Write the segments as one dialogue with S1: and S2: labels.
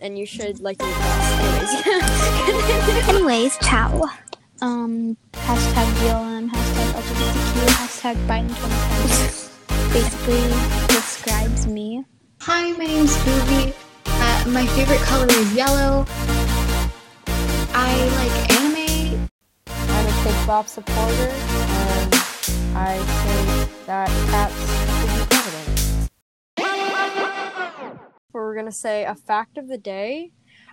S1: and you should like your boss. Anyways.
S2: Anyways, ciao. Um, hashtag BLM, hashtag LGBTQ, hashtag Biden 2020 basically describes me.
S3: Hi, my name's Ruby. Uh, my favorite color is yellow. I like anime.
S4: I'm a Kids Bop supporter, and I think that cats should be president.
S1: Where we're gonna say a fact of the day.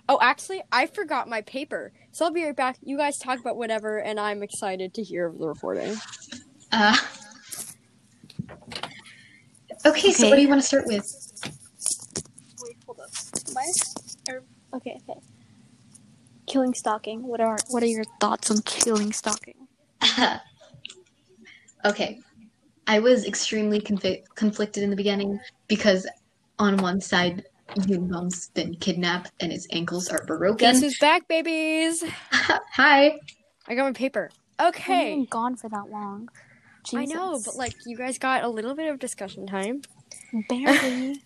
S1: Oh, actually, I forgot my paper, so I'll be right back. You guys talk about whatever, and I'm excited to hear the recording.
S3: Uh, okay, so
S2: Okay.
S3: what do you want to start with?
S2: Wait, hold up. okay, okay. Killing stalking. What are what are your thoughts on killing stalking?
S3: okay. I was extremely confi- conflicted in the beginning because on one side, Moonbom's been kidnapped and his ankles are
S1: Guess
S3: broken.
S1: who's back, babies?
S3: Hi.
S1: I got my paper.
S2: I've
S1: Okay.
S2: been gone for that long.
S4: Oh,
S1: I know,
S2: Jesus.
S1: but like you guys got a little bit of discussion time.
S2: barely.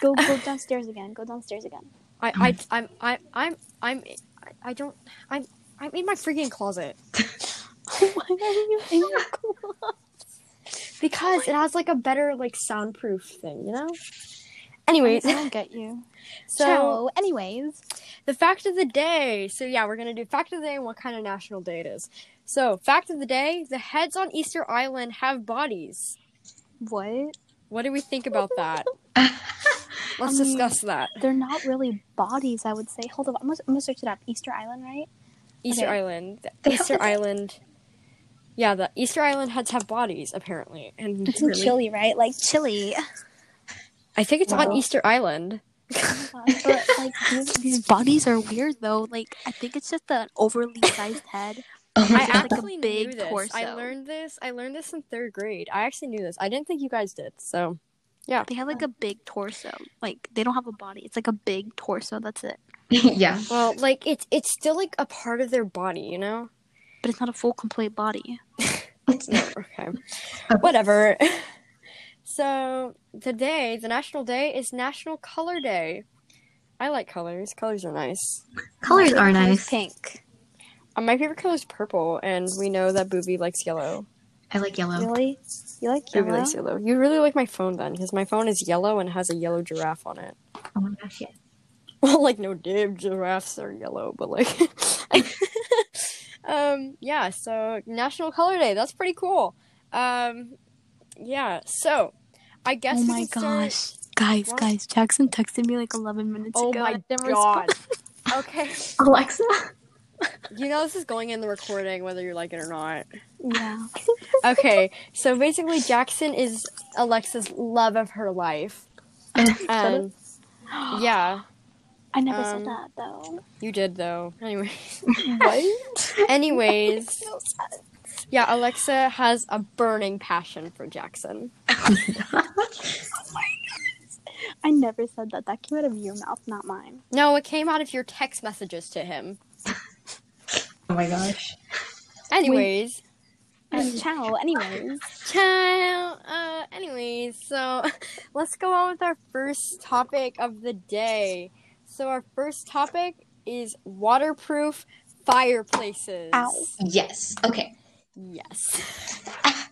S2: go go downstairs again. Go downstairs again.
S1: I, I, I'm, I, I'm, I'm, I don't, I'm, I'm in my freaking closet
S2: Why are you in your clo-
S1: because it has like a better like soundproof thing, you know. Anyways,
S2: I don't get you.
S1: so
S2: Ciao. anyways,
S1: the fact of the day. So yeah, we're gonna do fact of the day and what kind of national day it is. So fact of the day: the heads on Easter Island have bodies.
S2: what?
S1: What do we think about that?
S3: Oh
S1: Let's
S2: Um,
S1: discuss that.
S2: They're not really bodies, I would say. Hold up, I'm gonna, I'm gonna search it up. Easter Island, right?
S1: Easter
S2: okay.
S1: Island. The
S3: They
S1: Easter
S3: have-
S1: Island. Yeah, the Easter Island heads have bodies apparently, and
S2: It's in Chile, right? Like Chile. Oh
S1: I think it's on
S3: Wow.
S1: Easter Island.
S2: but like these, these bodies are weird though. Like I think it's just an overly sized head.
S3: Oh my
S1: I
S2: It's like
S3: God.
S2: a
S1: actually
S2: big
S1: knew this. I
S2: torso.
S1: learned this. I learned this in third grade. I actually knew this. I didn't think you guys did. So
S2: They have like a big torso. Like they don't have a body. It's like a big torso. That's it.
S3: yeah.
S1: well, like it's it's still like a part of their body, you know.
S2: But it's not a full complete body.
S1: okay, whatever. so today, the national day is National Color Day. I like colors. Colors are nice.
S3: Colors are nice.
S2: Pink.
S1: Uh, my favorite color is purple, and we know that Booby likes yellow.
S3: I like yellow.
S2: Really? You like
S1: Booby
S2: yellow?
S1: likes yellow. You really like my phone then, because my phone is yellow and has a yellow giraffe on it.
S3: Oh my gosh, yeah.
S1: well like no dib giraffes are yellow but like um yeah so national color day that's pretty cool um yeah so i guess
S2: Oh
S1: we
S2: my
S1: can start-
S2: gosh. Guys,
S1: What?
S2: guys, Jackson texted me like 11 minutes
S1: oh
S2: ago.
S1: my
S2: and I didn't
S1: god
S2: respond.
S1: okay
S3: Alexa.
S1: you know this is going in the recording whether you like it or not
S2: Yeah.
S1: okay so basically jackson is alexa's love of her life and yeah
S2: I never
S1: Um,
S2: said that though.
S1: you did though anyway
S2: What?
S1: anyways Yeah, Alexa has a burning passion for Jackson.
S3: Oh
S2: I never said that. That came out of your mouth, not mine.
S1: No, it came out of your text messages to him.
S3: Oh my gosh.
S1: Anyways,
S2: And ciao. Anyways,
S1: child. Uh, anyways, so let's go on with our first topic of the day. So our first topic is waterproof fireplaces.
S2: Ow.
S3: Yes. Okay.
S1: Yes.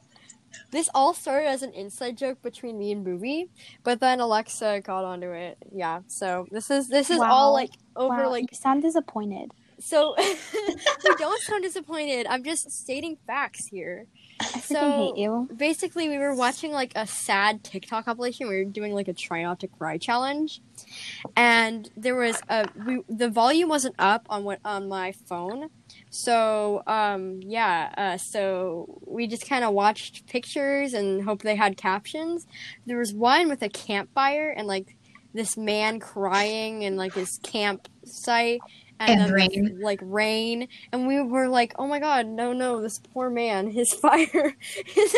S1: this all started as an inside joke between me and Booby, but then Alexa got onto it. Yeah. So this is this is all
S2: Wow.
S1: like over
S2: wow,
S1: like
S2: you sound disappointed.
S1: So you don't sound disappointed. I'm just stating facts here.
S2: I freaking
S1: So-
S2: hate you.
S1: Basically, we were watching like a sad TikTok compilation. We were doing like a try not to cry challenge, and there was a we, the volume wasn't up on what on my phone. So um yeah, uh, so we just kind of watched pictures and hoped they had captions. There was one with a campfire and like this man crying in like his campsite
S3: And
S1: then
S3: rain.
S1: like rain and we were like oh my god no no this poor man his fire his,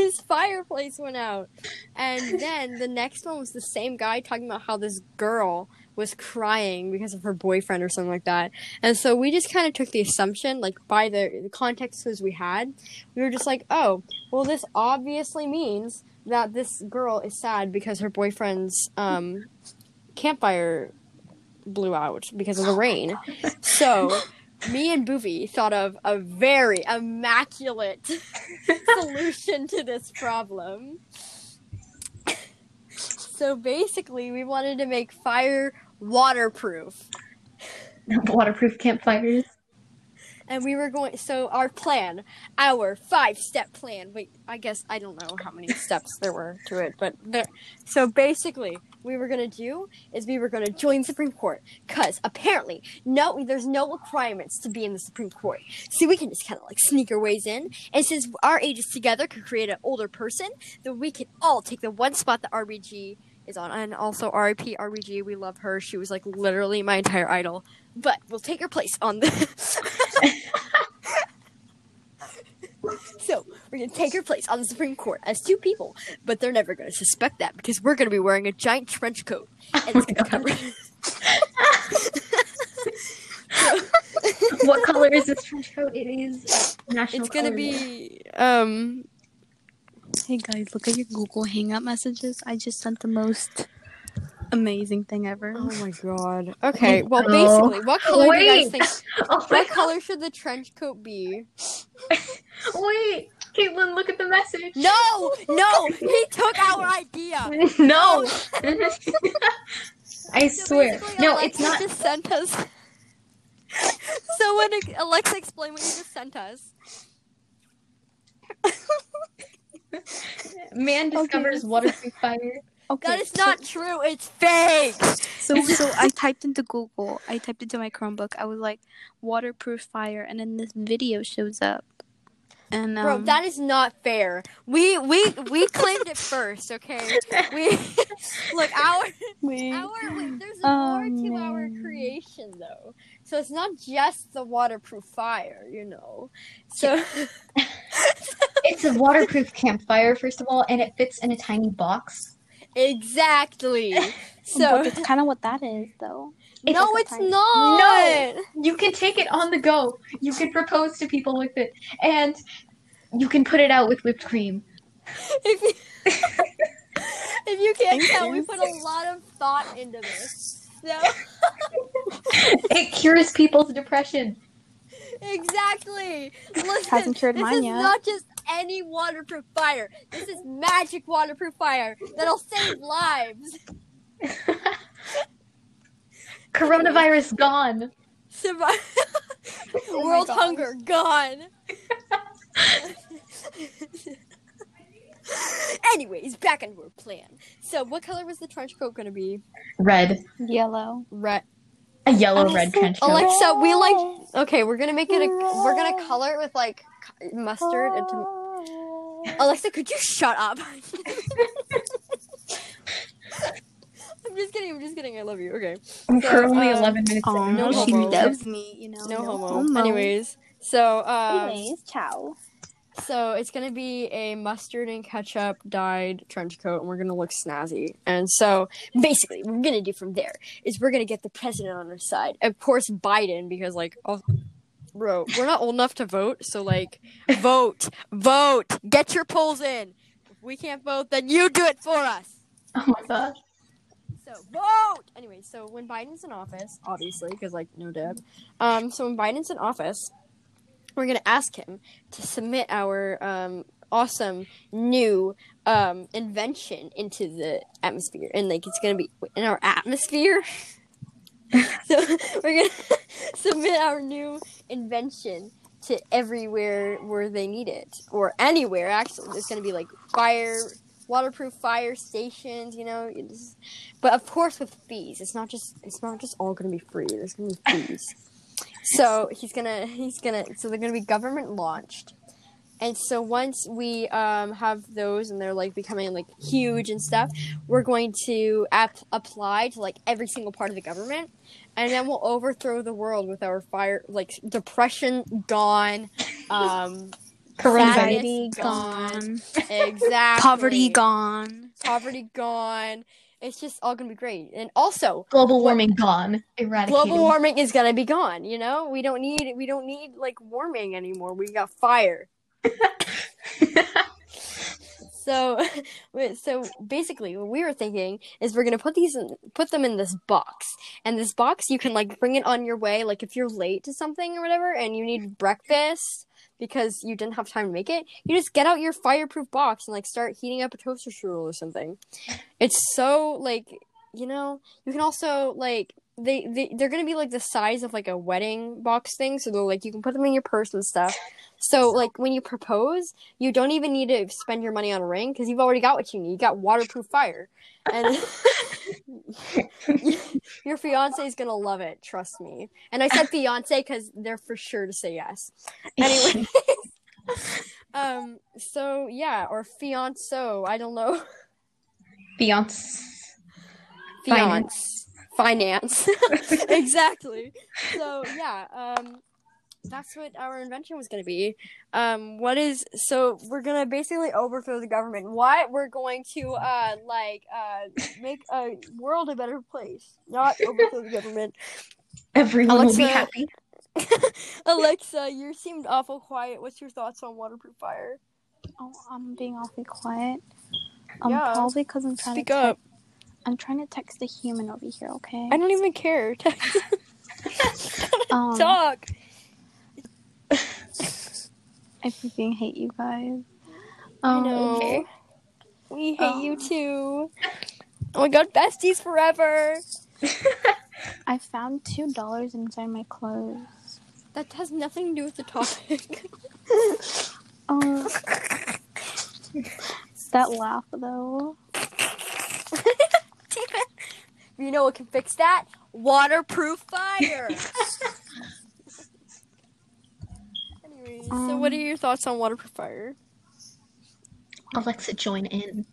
S1: his fireplace went out and then the next one was the same guy talking about how this girl was crying because of her boyfriend or something like that and so we just kind of took the assumption like by the, the context clues we had we were just like oh well this obviously means that this girl is sad because her boyfriend's um campfire blew out because of the rain. So me and Boovy thought of a very immaculate solution to this problem. So basically, we wanted to make fire waterproof.
S3: Waterproof campfires.
S1: and we were going so our plan our five step plan wait i guess i don't know how many steps there were to it but there so basically we were going to do is we were going to join supreme court because apparently no there's no requirements to be in the supreme court so we can just kind of like sneak our ways in and since our ages together could create an older person then we can all take the one spot that rbg is on and also rip rbg we love her she was like literally my entire idol but we'll take her place on the So we're gonna take her place on the Supreme Court as two people, but they're never gonna suspect that because we're gonna be wearing a giant trench coat and it's gonna cover.
S3: what color is this trench coat? It is national.
S1: it's gonna
S3: color day.
S1: be
S3: Oh
S1: um
S2: Hey guys, look at your Google Hangout messages. I just sent the most amazing thing ever.
S1: oh my god okay well
S3: Oh.
S1: basically what color do you guys
S3: Wait.
S1: think
S3: Oh my
S1: what color should the trench coat be
S3: God. Wait, Caitlin, look at the message.
S1: no no he took our idea
S3: no. I
S1: So
S3: swear.
S1: basically,
S3: No,
S1: Alexa
S3: it's not.
S1: just sent us so when Alexa explain what you just sent us
S3: Man discovers waterproof fire.
S2: Okay,
S1: that is not true it's fake
S2: So, so I typed into Google. I typed into my Chromebook. I was like, waterproof fire, and then this video shows up. And um,
S1: Bro, that is not fair. We we we claimed it first, okay? We look our our wait, there's
S2: Oh,
S1: more to our
S2: man.
S1: creation though. So it's not just the waterproof fire, you know. So
S3: It's a waterproof campfire, first of all, and it fits in a tiny box.
S1: exactly.
S2: so
S1: So
S2: it's kind of what that is, though.
S1: no,
S2: like a
S1: it's
S2: tiny-
S1: not.
S3: You can take it on the go. You can propose to people with it, and you can put it out with whipped cream.
S1: If you, if you can't
S2: Thank
S1: tell, we
S2: you.
S1: put a lot of thought into this. So
S3: It cures people's depression.
S1: Exactly. Listen,
S2: Hasn't cured
S1: this
S2: mine
S1: is
S2: yet.
S1: not just any waterproof fire. This is magic waterproof fire that'll save lives.
S3: Coronavirus gone.
S1: Survive.
S2: Oh my
S1: World
S2: gosh.
S1: hunger gone. Anyways, back into our plan. So, what color was the trench coat gonna be?
S3: Red.
S2: Yellow.
S1: Red.
S3: A yellow red trench coat.
S1: Alexa, we like. Okay, we're gonna make it a. We're gonna color it with like c- mustard and. Tom- Alexa, could you shut up? I'm just kidding. I'm just kidding. I love you. Okay.
S3: We're only
S1: um,
S3: 11 minutes
S2: Oh,
S3: in.
S1: No
S2: she
S1: homo.
S2: loves me, you know.
S1: No, homo. Anyways, so uh,
S2: Anyways, ciao.
S1: so it's gonna be a mustard and ketchup dyed trench coat, and we're gonna look snazzy. And so basically, what we're gonna do from there is we're gonna get the president on our side. Of course, Biden, because like, oh, bro, we're not old enough to vote. So like, vote, vote, get your polls in. If we can't vote, then you do it for us.
S3: Oh my god.
S1: So vote. Anyway, so when Biden's in office, obviously, because like no deb. Um, so when Biden's in office, we're gonna ask him to submit our um awesome new um invention into the atmosphere, and like it's gonna be in our atmosphere. so we're gonna submit our new invention to everywhere where they need it, or anywhere actually. There's gonna be like fire, waterproof fire stations, you know. you just- but of course with fees it's not just it's not just all gonna be free there's gonna be fees so he's gonna he's gonna so they're gonna be government launched and so once we um, have those and they're like becoming like huge and stuff we're going to app- apply to like every single part of the government and then we'll overthrow the world with our fire like depression gone um
S3: Coronavirus.
S1: Anxiety
S2: gone.
S1: exactly
S2: Poverty gone.
S1: poverty gone it's just all gonna be great and also
S3: Global warming gone. Eradicated.
S1: global warming is gonna be gone. You know, we don't need we don't need like warming anymore. We got fire. So, wait, so basically, what we were thinking is we're gonna put these in, put them in this box, and this box you can like bring it on your way, like if you're late to something or whatever, and you need breakfast because you didn't have time to make it. You just get out your fireproof box and like start heating up a toaster strudel or something. It's so like you know you can also like they, they they're gonna be like the size of like a wedding box thing, so they're like you can put them in your purse and stuff. So like when you propose, you don't even need to spend your money on a ring because you've already got what you need. You got waterproof fire, and your fiance is gonna love it. Trust me. And I said fiance because they're for sure to say yes. Anyway, um, so yeah, or fianso. I don't know.
S3: Beyonce.
S1: Fiance. Finance. exactly. So yeah, um, that's what our invention was going to be. Um, what is so we're going to basically overthrow the government. What we're going to uh like uh make a world a better place, not overthrow the government.
S3: Everyone will be
S1: Alexa.
S3: happy.
S1: Alexa, you seemed awful quiet. What's your thoughts on waterproof fire?
S2: Oh, I'm being awfully quiet. Um,
S1: Yeah.
S2: probably because I'm trying
S1: Speak
S2: to.
S1: up.
S2: I'm trying to text a human over here. Okay.
S1: I don't even care.
S2: Um,
S1: Talk.
S2: I freaking hate you guys.
S1: I
S2: Um,
S1: know. We hate
S2: Oh.
S1: you too. Oh my god, besties forever.
S2: I found two dollars inside my clothes.
S1: That has nothing to do with the topic.
S2: Oh. that laugh though.
S1: You know what can fix that? Waterproof fire. Anyways, so what are
S2: Um,
S1: your thoughts on waterproof fire?
S3: Alexa, join in.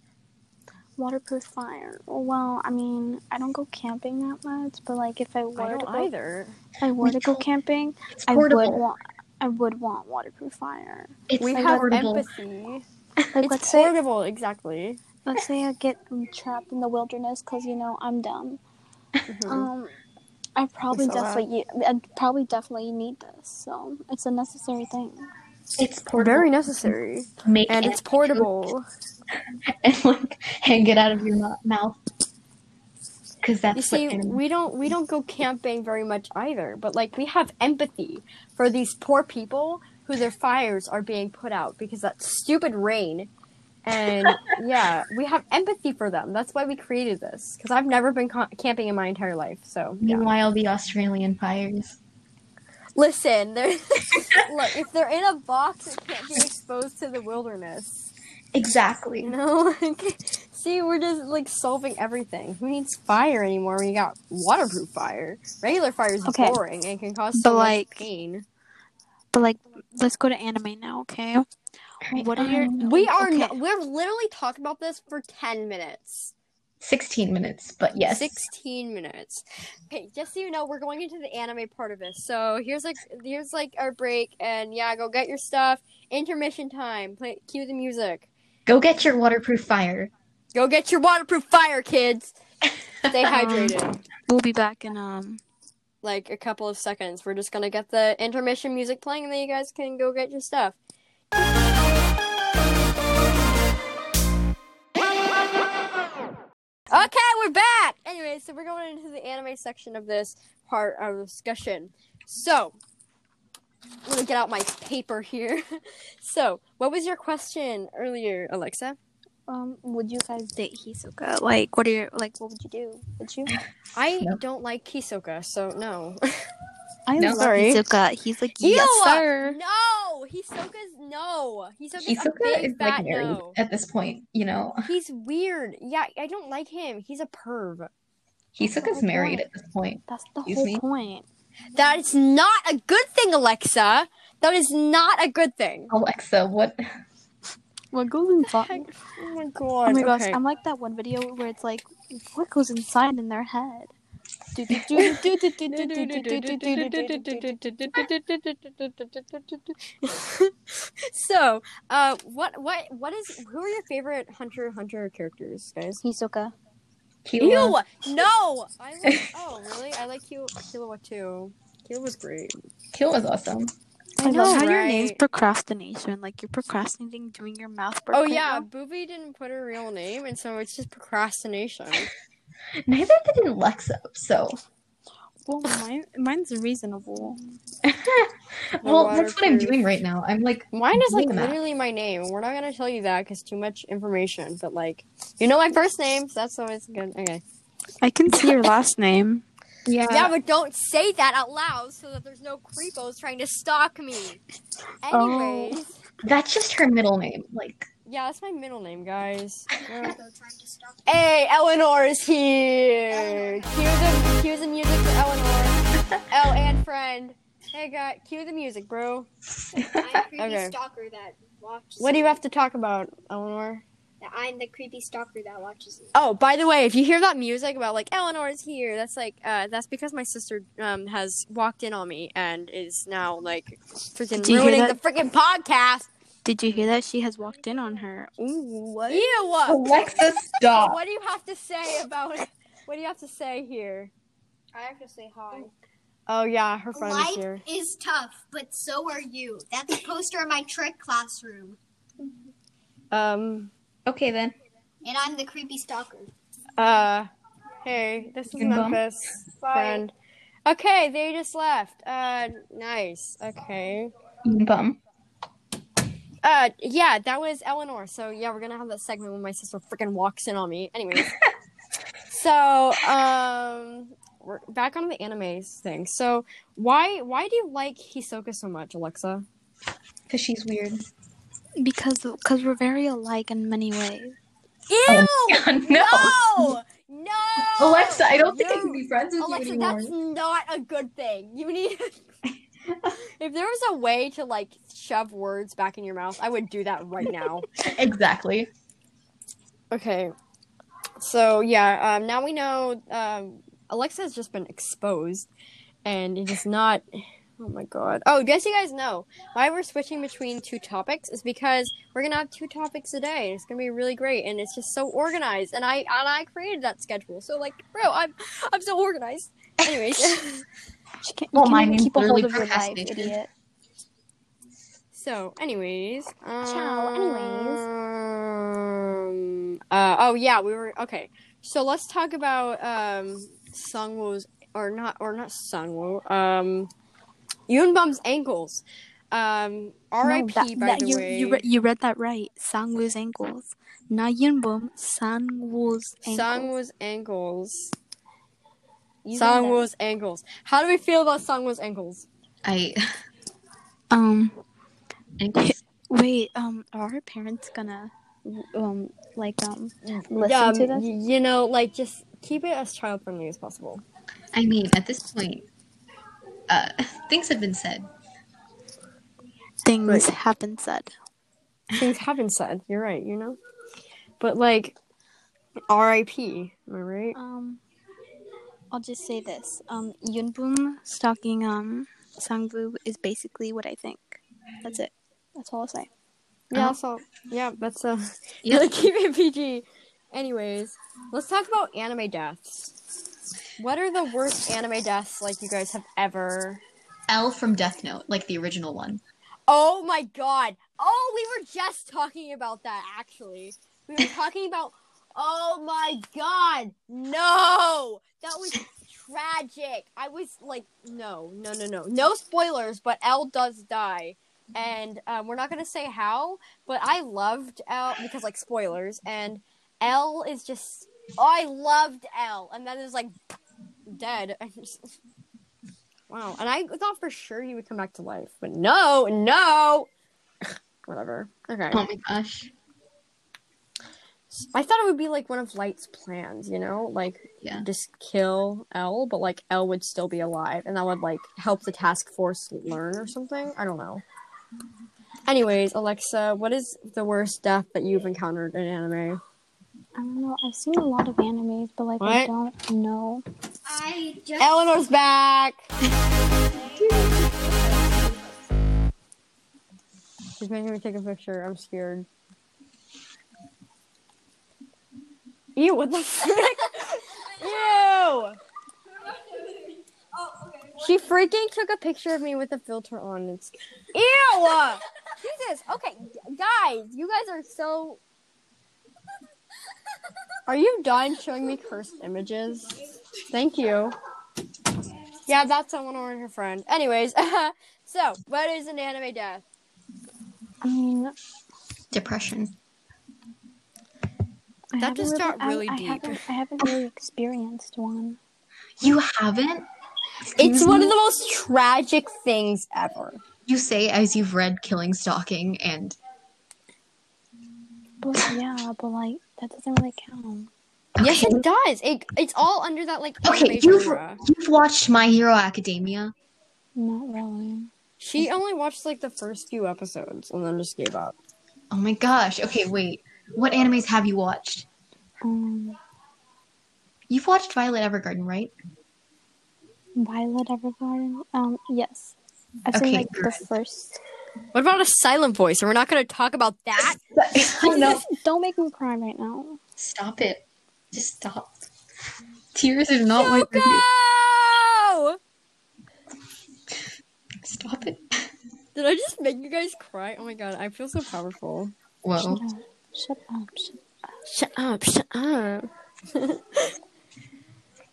S2: Waterproof fire. Well, I mean, I don't go camping that much, but like if I were to go,
S1: either.
S2: if I were to go camping,
S3: It's
S2: I would
S3: portable.
S2: want. I would want waterproof fire.
S3: It's
S1: We
S2: I
S1: have
S3: portable.
S1: empathy.
S2: Like let's
S1: It's
S2: say
S1: portable, exactly.
S2: let's say I get um, trapped in the wilderness because you know I'm dumb. Um, I probably
S1: Mm-hmm. It's a lot.
S2: definitely I probably definitely need this, so it's a necessary thing.
S3: It's portable.
S1: Very necessary.
S3: Make
S1: And
S3: it
S1: it's portable.
S3: and like hang it out of your mu- mouth. Because that's
S1: You see,
S3: what animals-
S1: we don't we don't go camping very much either, but like we have empathy for these poor people who their fires are being put out because that stupid rain. And yeah, we have empathy for them. That's why we created this because I've never been ca- camping in my entire life. So yeah.
S3: Meanwhile, the Australian fires.
S1: listen, they're, look if they're in a box, it can't be exposed to the wilderness.
S3: Exactly.
S1: You know, like, see, we're just like solving everything. Who needs fire anymore when you got waterproof fire? Regular fire is
S2: Okay.
S1: boring and can cause so
S2: But,
S1: much
S2: like,
S1: pain.
S2: But like, let's go to anime now, okay? What are your-
S3: Um,
S1: We are
S2: okay.
S1: not, we're literally talking about this for ten minutes.
S3: 16 minutes, but yes.
S1: Sixteen minutes. Okay, just so you know, we're going into the anime part of this. So here's like here's like our break, and yeah, go get your stuff. Intermission time. Play cue the music.
S3: Go get your waterproof fire.
S1: Go get your waterproof fire, kids. Stay hydrated.
S2: We'll be back in um.
S1: like a couple of seconds. We're just gonna get the intermission music playing, and then you guys can go get your stuff. Okay, we're back. Anyway, so we're going into the anime section of this part of the discussion. So, I'm gonna get out my paper here. so, what was your question earlier, Alexa?
S2: Um, would you guys date Hisoka? Like, what are your like? What would you do? Would you?
S1: I
S3: No.
S1: don't like Kisoka, so no.
S2: I
S3: No.
S2: love
S1: Sorry.
S2: Hisoka. He's like
S1: Ew, uh,
S2: yes sir.
S1: No, Hisoka's no. Hisoka's
S3: Hisoka
S1: a big
S3: is
S1: fat
S3: like married
S1: no.
S3: at this point, you know.
S1: He's weird. Yeah, I don't like him. He's a perv.
S3: Hisoka's
S2: Oh,
S3: married
S2: boy.
S3: at this point.
S2: That's the
S3: Excuse
S2: whole
S3: me?
S2: point.
S1: That is not a good thing, Alexa. That is not a good thing.
S3: Alexa, what?
S2: What goes inside?
S1: Heck, Oh my god.
S2: Oh my gosh, I'm like that one video where it's like, what goes inside in their head?
S1: so, uh, what, what, what is? Who are your favorite Hunter x Hunter characters, guys?
S2: Hisoka.
S3: Killua.
S1: Ew! No! I like, oh, really? I like Kil- Killua too. Killua's great.
S3: Killua's awesome.
S1: I know,
S2: how your name's
S1: right?
S2: procrastination. Like you're procrastinating doing your mouth. work
S1: Oh
S2: right
S1: yeah,
S2: now.
S1: Booby didn't put her real name, and so it's just procrastination.
S3: Neither did Lexa, so
S2: Well, mine, mine's reasonable.
S3: well,
S1: waterproof.
S3: that's what I'm doing right now. I'm like,
S1: Mine is like
S3: Doing that.
S1: literally my name. We're not gonna tell you that because too much information. But like, you know my first name, so that's always good. Okay.
S2: I can see your last name.
S3: yeah,
S1: yeah, but don't say that out loud so that there's no creepos trying to stalk me.
S2: Oh.
S1: Anyways,
S3: that's just her middle name. Like,
S1: yeah, that's my middle name, guys. We're- hey, Eleanor is here. Cue the cue the music for Eleanor. oh, and friend. Hey, guy, cue the music, bro.
S5: I'm a creepy
S1: Okay.
S5: stalker that watches.
S1: What do you have to talk about, Eleanor?
S5: you? I'm the creepy stalker that watches you.
S1: Oh, by the way, if you hear that music about like Eleanor is here, that's like uh, that's because my sister um, has walked in on me and is now like freaking
S2: Do you hear
S1: ruining the
S2: that?
S1: freaking podcast.
S2: Did you hear that? She has walked in on her. Ooh, what?
S1: Ew! What? Oh,
S3: Lexa, stop.
S1: do you have to say about? What do you have to say here?
S5: I have to say hi.
S1: Oh yeah, her friend is
S5: Life
S1: here.
S5: is tough, but so are you. That's a poster in my trick classroom,
S1: Um.
S3: Okay, then.
S5: and I'm the creepy stalker.
S1: Uh. Hey, this is
S3: Good bum.
S1: Memphis friend. Okay, they just left. Uh. Nice. Okay.
S3: Bum.
S1: Uh, yeah, that was Eleanor. So yeah, we're gonna have that segment when my sister freaking walks in on me. Anyways, so um, we're back on the anime thing. So why why do you like Hisoka so much, Alexa?
S3: Because she's weird.
S2: Because because we're very alike in many ways.
S1: Ew!
S3: God, no.
S1: No!
S3: Alexa, I don't think I
S1: You-
S3: can be friends with
S1: Alexa,
S3: you anymore.
S1: that's not a good thing. You need. if there was a way to like shove words back in your mouth, I would do that right now.
S3: Exactly.
S1: Okay. So yeah, um, now we know um, Alexa has just been exposed, and it is not. Oh my god! Oh, yes, you guys know why we're switching between two topics is because we're gonna have two topics a day, and it's gonna be really great, and it's just so organized. And I and I created that schedule, so like, bro, I'm I'm so organized. Anyways,
S2: She can't,
S3: Well,
S2: you
S3: mine
S2: can't even
S3: is
S2: keep a
S3: literally
S2: hold of your life,
S3: procrastination.
S2: idiot.
S1: so anyways, um,
S2: Ciao, anyways.
S1: um, uh, oh yeah, we were okay. So let's talk about um Sungwoo's or not or not Sungwoo. Um Yunbum's ankles. Um
S2: No,
S1: RIP
S2: that-
S1: by
S2: that-
S1: the
S2: you,
S1: way.
S2: You, re- you read that right. Sangwoo's ankles. Na Yunbom, Sangwoo's ankles.
S1: Sungwoo's ankles.
S2: You read that.
S1: Sungwoo's ankles. How do we feel about Sungwoo's ankles?
S3: I.
S2: Um,
S3: Ankles.
S2: wait, um, are her parents gonna, um, like, um, listen
S1: Um,
S2: to this?
S1: y- you know, like just keep it as child friendly as possible.
S3: I mean, at this point, uh, things have been said.
S2: Things
S1: Right.
S2: have been said.
S1: Things have been said. You're right, you know? But like RIP, am I right?
S2: Um, I'll just say this. Um, Yunbum stalking, um, Sangwoo is basically what I think. That's it. That's all I'll say.
S1: Yeah,
S3: Oh.
S1: so yeah, that's a
S3: Yep.
S1: yeah. keep it PG. Anyways, let's talk about anime deaths. What are the worst anime deaths like you guys have ever?
S3: L from Death Note, like the original one.
S1: Oh my god! Oh, we were just talking about that actually. We were talking about. Oh my god! No, that was tragic. I was like, no, no, no, no, no spoilers. But L does die, and um, we're not gonna say how. But I loved L because like spoilers, and L is just. oh, I loved L, and then it's like dead. I just- Wow. And I thought for sure he would come back to life, but no, no. Whatever. Okay.
S3: Oh my gosh.
S1: I thought it would be like one of Light's plans, you know, like
S3: Yeah.
S1: just kill L, but like L would still be alive, and that would like help the task force learn or something. I don't know. Anyways, Alexa, what is the worst death that you've encountered in anime?
S2: I don't know. I've seen a lot of animes, but, like,
S1: What?
S2: I don't know.
S5: I just
S1: Eleanor's back. She's making me take a picture. I'm scared.
S5: Oh,
S1: Ew! What the frick? Ew! She freaking took a picture of me with a filter on. It's ew. Jesus. Okay, g- guys, you guys are so. Are you done showing me cursed images? Thank you. Yeah, that's someone or her friend. Anyways, so what is an anime death?
S2: I mean,
S3: Depression.
S2: I
S1: That just
S2: haven't
S1: got
S2: I-
S1: really
S2: I,
S1: deep.
S2: haven't, I haven't really experienced one.
S3: You haven't?
S1: It's
S3: Excuse
S1: one
S3: me?
S1: of the most tragic things ever.
S3: You say as you've read Killing Stalking and
S2: But yeah, but like that doesn't really count.
S1: Yes,
S3: Okay.
S1: it does. It it's all under that like
S3: Okay,
S1: anime
S3: you've
S1: genre.
S3: you've watched My Hero Academia.
S2: Not really.
S1: She only watched like the first few episodes and then just gave up.
S3: Oh my gosh. Okay, wait. What animes have you watched?
S2: Um,
S3: You've watched Violet Evergarden, right?
S2: Violet Evergarden. Um, yes, I've
S3: Okay,
S2: seen like the
S3: good.
S2: first.
S1: What about a silent voice? Are we not going to talk about that?
S3: oh no.
S2: Don't make me cry right now.
S3: Stop it. Just stop. Tears are not my
S1: Yoko!
S3: Stop it.
S1: Did I just make you guys cry? Oh my god, I feel so powerful.
S3: Whoa.
S2: Shut up. Shut up. Shut
S1: Shut up, shut up.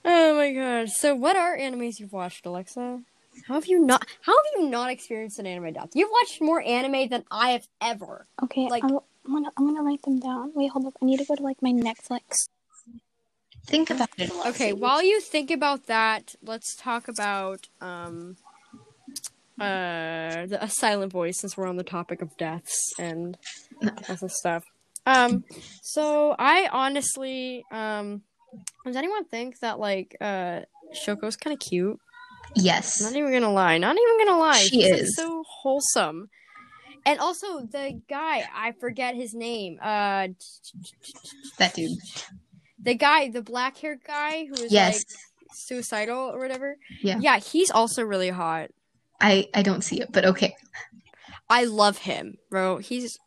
S1: oh my god. So what are animes you've watched, Alexa? How have you not how have you not experienced an anime death? You've watched more anime than I have ever.
S2: Okay,
S1: Like-
S2: I'm, I'm gonna I'm gonna write them down. Wait, hold up. I need to go to like my Netflix.
S3: Think about it. Alexi.
S1: Okay, while you think about that, let's talk about um uh the a silent voice since we're on the topic of deaths and lots of stuff. Um so I honestly um does anyone think that like uh Shoko's kind of cute?
S3: Yes.
S1: Not even gonna lie. Not even gonna lie.
S3: She
S1: She's, like,
S3: is.
S1: so wholesome. And also the guy, I forget his name. Uh
S3: That dude.
S1: the guy, the black haired guy who is
S3: Yes.
S1: like suicidal or whatever.
S3: Yeah.
S1: Yeah, he's also really hot.
S3: I I don't see it, but okay.
S1: I love him, bro. He's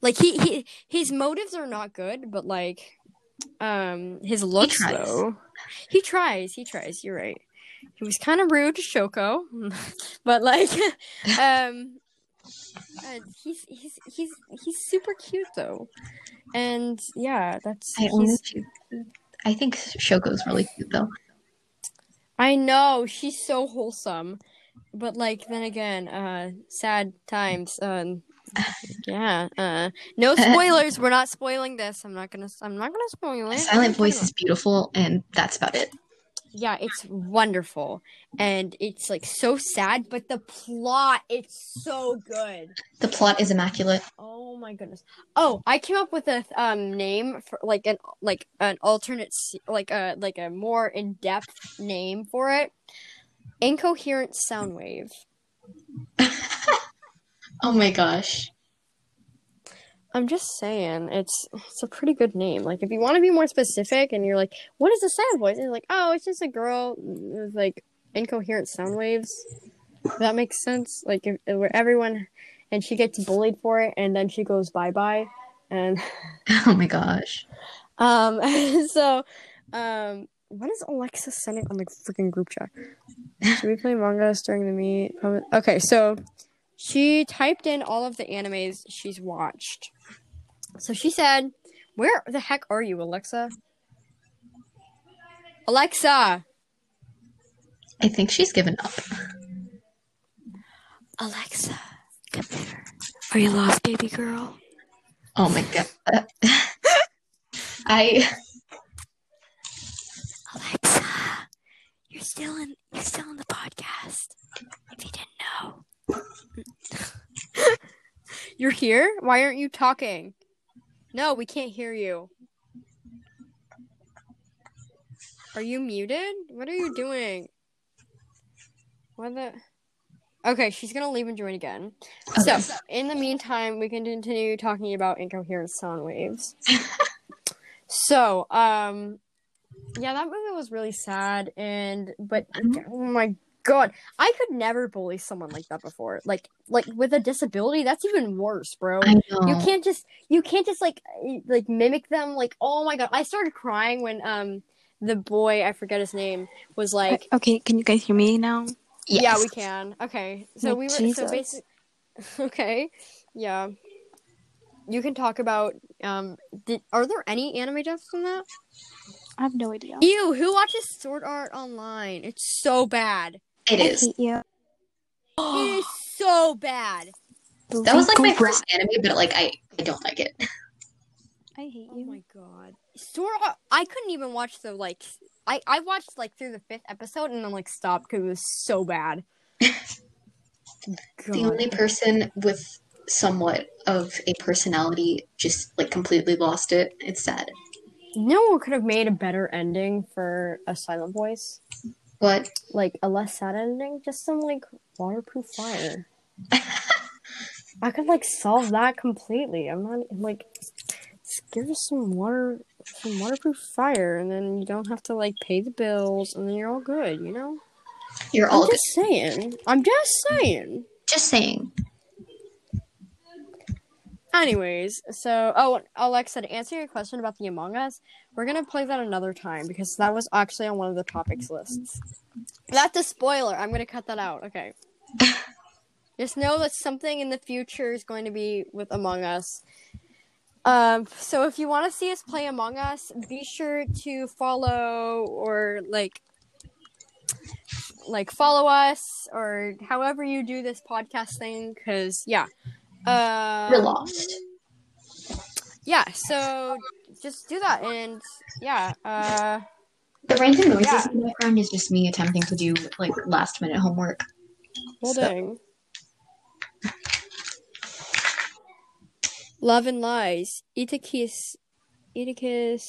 S1: like he, he his motives are not good, but like um his looks
S3: tries.
S1: though. He tries, he tries, you're right. He was kind of rude to Shoko, but like um uh, he's he's he's he's super cute though. And yeah, that's
S3: I
S1: he's-
S3: only I think Shoko's really cute though.
S1: I know she's so wholesome, but like then again, uh, sad times. Um, yeah. Uh, no spoilers. We're not spoiling this. I'm not gonna. I'm not gonna spoil it.
S3: Silent Voice is beautiful and that's about it.
S1: Yeah, it's wonderful, and it's like so sad, but the plot it's so good.
S3: The plot is immaculate.
S1: Oh my goodness. Oh, I came up with a um name for like an like an alternate se- like a like a more in-depth name for it. Incoherent sound wave.
S3: Oh my gosh.
S1: I'm just saying, it's it's a pretty good name. Like, if you want to be more specific, and you're like, "What is a sound voice?" And you're like, "Oh, it's just a girl with like incoherent sound waves." If that makes sense. Like, if, where everyone, and she gets bullied for it, and then she goes bye bye, and
S3: Oh my gosh.
S1: um, so, um, what is Alexa sending on the freaking group chat? Should we play mangas during the meet? Um, Okay, so she typed in all of the animes she's watched. So she said, "Where the heck are you, Alexa?" Alexa,
S3: I think she's given up.
S1: Alexa,
S2: Are you lost, baby girl?
S3: Oh my god. I
S2: Alexa, you're still in you're still in the podcast. If you didn't know,
S1: you're here. Why aren't you talking? No, we can't hear you. Are you muted? What are you doing? What the? Okay, she's gonna leave and join again. So,
S3: Okay.
S1: in the meantime, we can continue talking about incoherent sound waves. so, um, yeah, that movie was really sad, and but
S3: Mm-hmm.
S1: oh my god, I could never bully someone like that before. Like, like with a disability, that's even worse, bro
S3: I know.
S1: you can't just you can't just like y- like mimic them like oh my god i started crying when um the boy i forget his name was like
S2: Uh, okay. Can you guys hear me now?
S3: Uh, Yes.
S1: Yeah, we can. Okay. So
S2: Like
S1: we were
S2: Jesus.
S1: so basically Okay. Yeah. You can talk about um did are there any anime deaths in that?
S2: I have no idea.
S1: Ew, who watches Sword Art Online? It's so bad.
S3: It
S2: I
S3: is.
S2: hate you.
S1: It is so bad.
S3: That was like my first anime, but like I, I don't like it.
S2: I hate
S1: Oh
S2: you.
S1: my god. Sword Art I couldn't even watch the like I I watched like through the 5th episode and then like stopped cuz it was so bad.
S3: The only
S1: god.
S3: person with somewhat of a personality just like completely lost it. It's sad.
S1: No one could have made a better ending for a silent voice.
S3: What?
S1: like a less sad ending, just some like waterproof fire. I could like solve that completely. I'm not like just give us some water, some waterproof fire, and then you don't have to like pay the bills, and then you're all good. You know,
S3: You're
S1: I'm
S3: all good.
S1: just saying. I'm just saying.
S3: Just saying.
S1: Anyways, so oh, Alexa, to answer your question about the Among Us, we're gonna play that another time because that was actually on one of the topics lists. That's a spoiler. I'm gonna cut that out. Okay. Just know that something in the future is going to be with Among Us. Um, so if you want to see us play Among Us, be sure to follow or like like follow us or however you do this podcast thing because yeah uh
S3: You're lost.
S1: yeah so just do that and yeah uh
S3: The random noises
S1: Yeah.
S3: in the background is just me attempting to do like last minute homework.
S1: well
S3: So-
S1: dang love and lies itakis itakis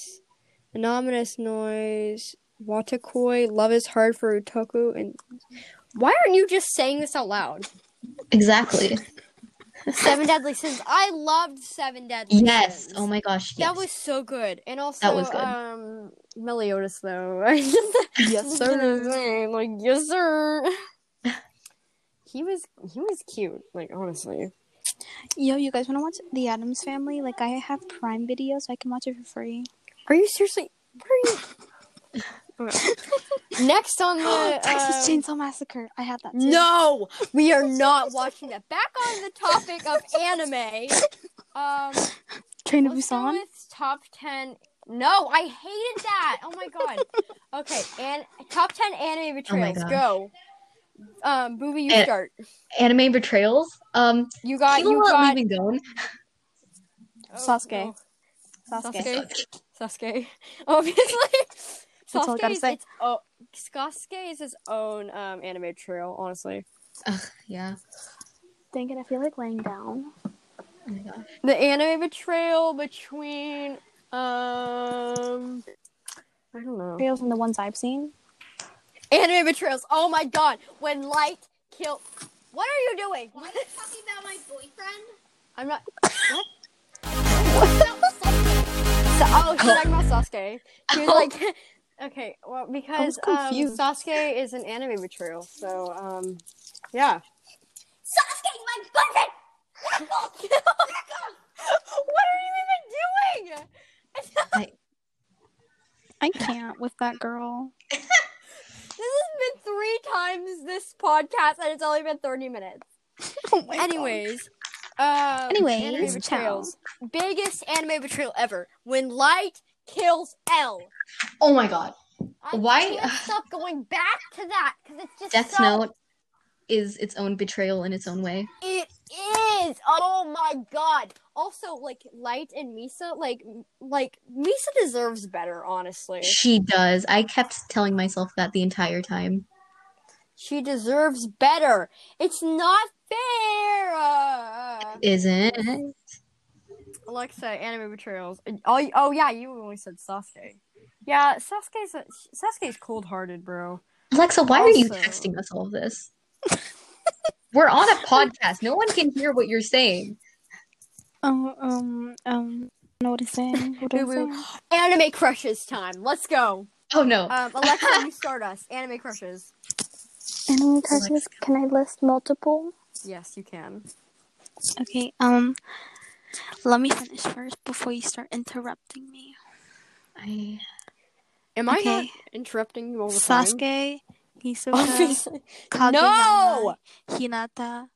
S1: anonymous noise watakoi love is hard for utoku and why aren't you just saying this out loud
S3: Exactly.
S1: seven deadly sins i loved seven deadly
S3: Yes.
S1: sins.
S3: Oh my gosh. Yes.
S1: That was so good, and also
S3: was good.
S1: um Meliodas though. I just-
S2: Yes,
S1: like yes, sir. he was he was cute, like honestly.
S2: Yo, you guys want to watch The Adams Family? Like, I have Prime Video, so I can watch it for free.
S1: Are you seriously? What are you? Okay. Next on the
S2: Texas
S1: um,
S2: Chainsaw Massacre. I have that too.
S1: No, we are not watching that. Back on the topic of anime. Um,
S2: Train to
S1: Let's go
S2: Busan.
S1: with top ten. No, I hated that. Oh my god. okay, and top ten anime
S2: Oh
S1: betrayals.
S3: gosh.
S1: go. Um, Booby, you
S3: Eh.
S1: start.
S3: anime betrayals. Um,
S1: You got.
S3: people
S1: You
S3: not
S1: got.
S3: leaving Gon.
S1: oh,
S2: Sasuke.
S1: no.
S2: Sasuke.
S1: Sasuke. Sasuke. Obviously.
S2: That's all I
S1: Sasuke
S2: gotta
S1: is
S2: say.
S1: its oh, Sasuke is his own um anime betrayal. Honestly,
S3: Yeah.
S2: Dang it, I feel like laying down.
S3: Oh my gosh.
S1: the anime betrayal between um. I don't know.
S2: Trails and the ones I've seen.
S1: Anime betrayals. Oh my god. When light kill. What are you doing?
S5: Why are you talking about my boyfriend?
S1: I'm not. What? so, oh, she's talking about Sasuke. She was like, okay, well, because um,
S2: confused.
S1: Sasuke is an anime betrayal. So, um, yeah.
S5: Sasuke, my boyfriend!
S1: what are you even doing?
S2: I can't with that girl.
S1: This has been three times this podcast, and it's only been 30 minutes.
S2: Oh my
S1: Anyways, um,
S2: Anyways,
S1: anime
S2: ciao.
S1: betrayals. Biggest anime betrayal ever. When Light kills L.
S3: Oh my god.
S1: I
S3: Why-
S1: can't stop going back to that because it's just
S3: Death
S1: so-
S3: Note is its own betrayal in its own way.
S1: It is. Oh my god. Also, like Light and Misa, like like Misa deserves better. Honestly,
S3: She does. I kept telling myself that the entire time.
S1: she deserves better. It's not fair. Uh,
S3: Isn't it?
S1: Alexa, anime betrayals. Oh, oh yeah, you only said Sasuke. Yeah, Sasuke's a, Sasuke's cold-hearted, bro.
S3: Alexa, why are you
S1: Also-
S3: texting us all this? We're on a podcast. No one can hear what you're saying.
S2: Oh, um, um, I don't know what he's saying. What
S1: Boo
S2: was
S1: boo.
S2: I saying?
S1: Anime crushes time. Let's go.
S3: Oh no.
S1: Um, Alexa, you start us. Anime crushes.
S2: Anime crushes. Can I list multiple?
S1: Yes, you can.
S2: Okay, um, let me finish first before you start interrupting me.
S3: I
S1: Am I
S2: Okay.
S1: not interrupting you all the time?
S2: Sasuke Hisoka,
S1: Obviously.
S2: Kageyama, Hinata,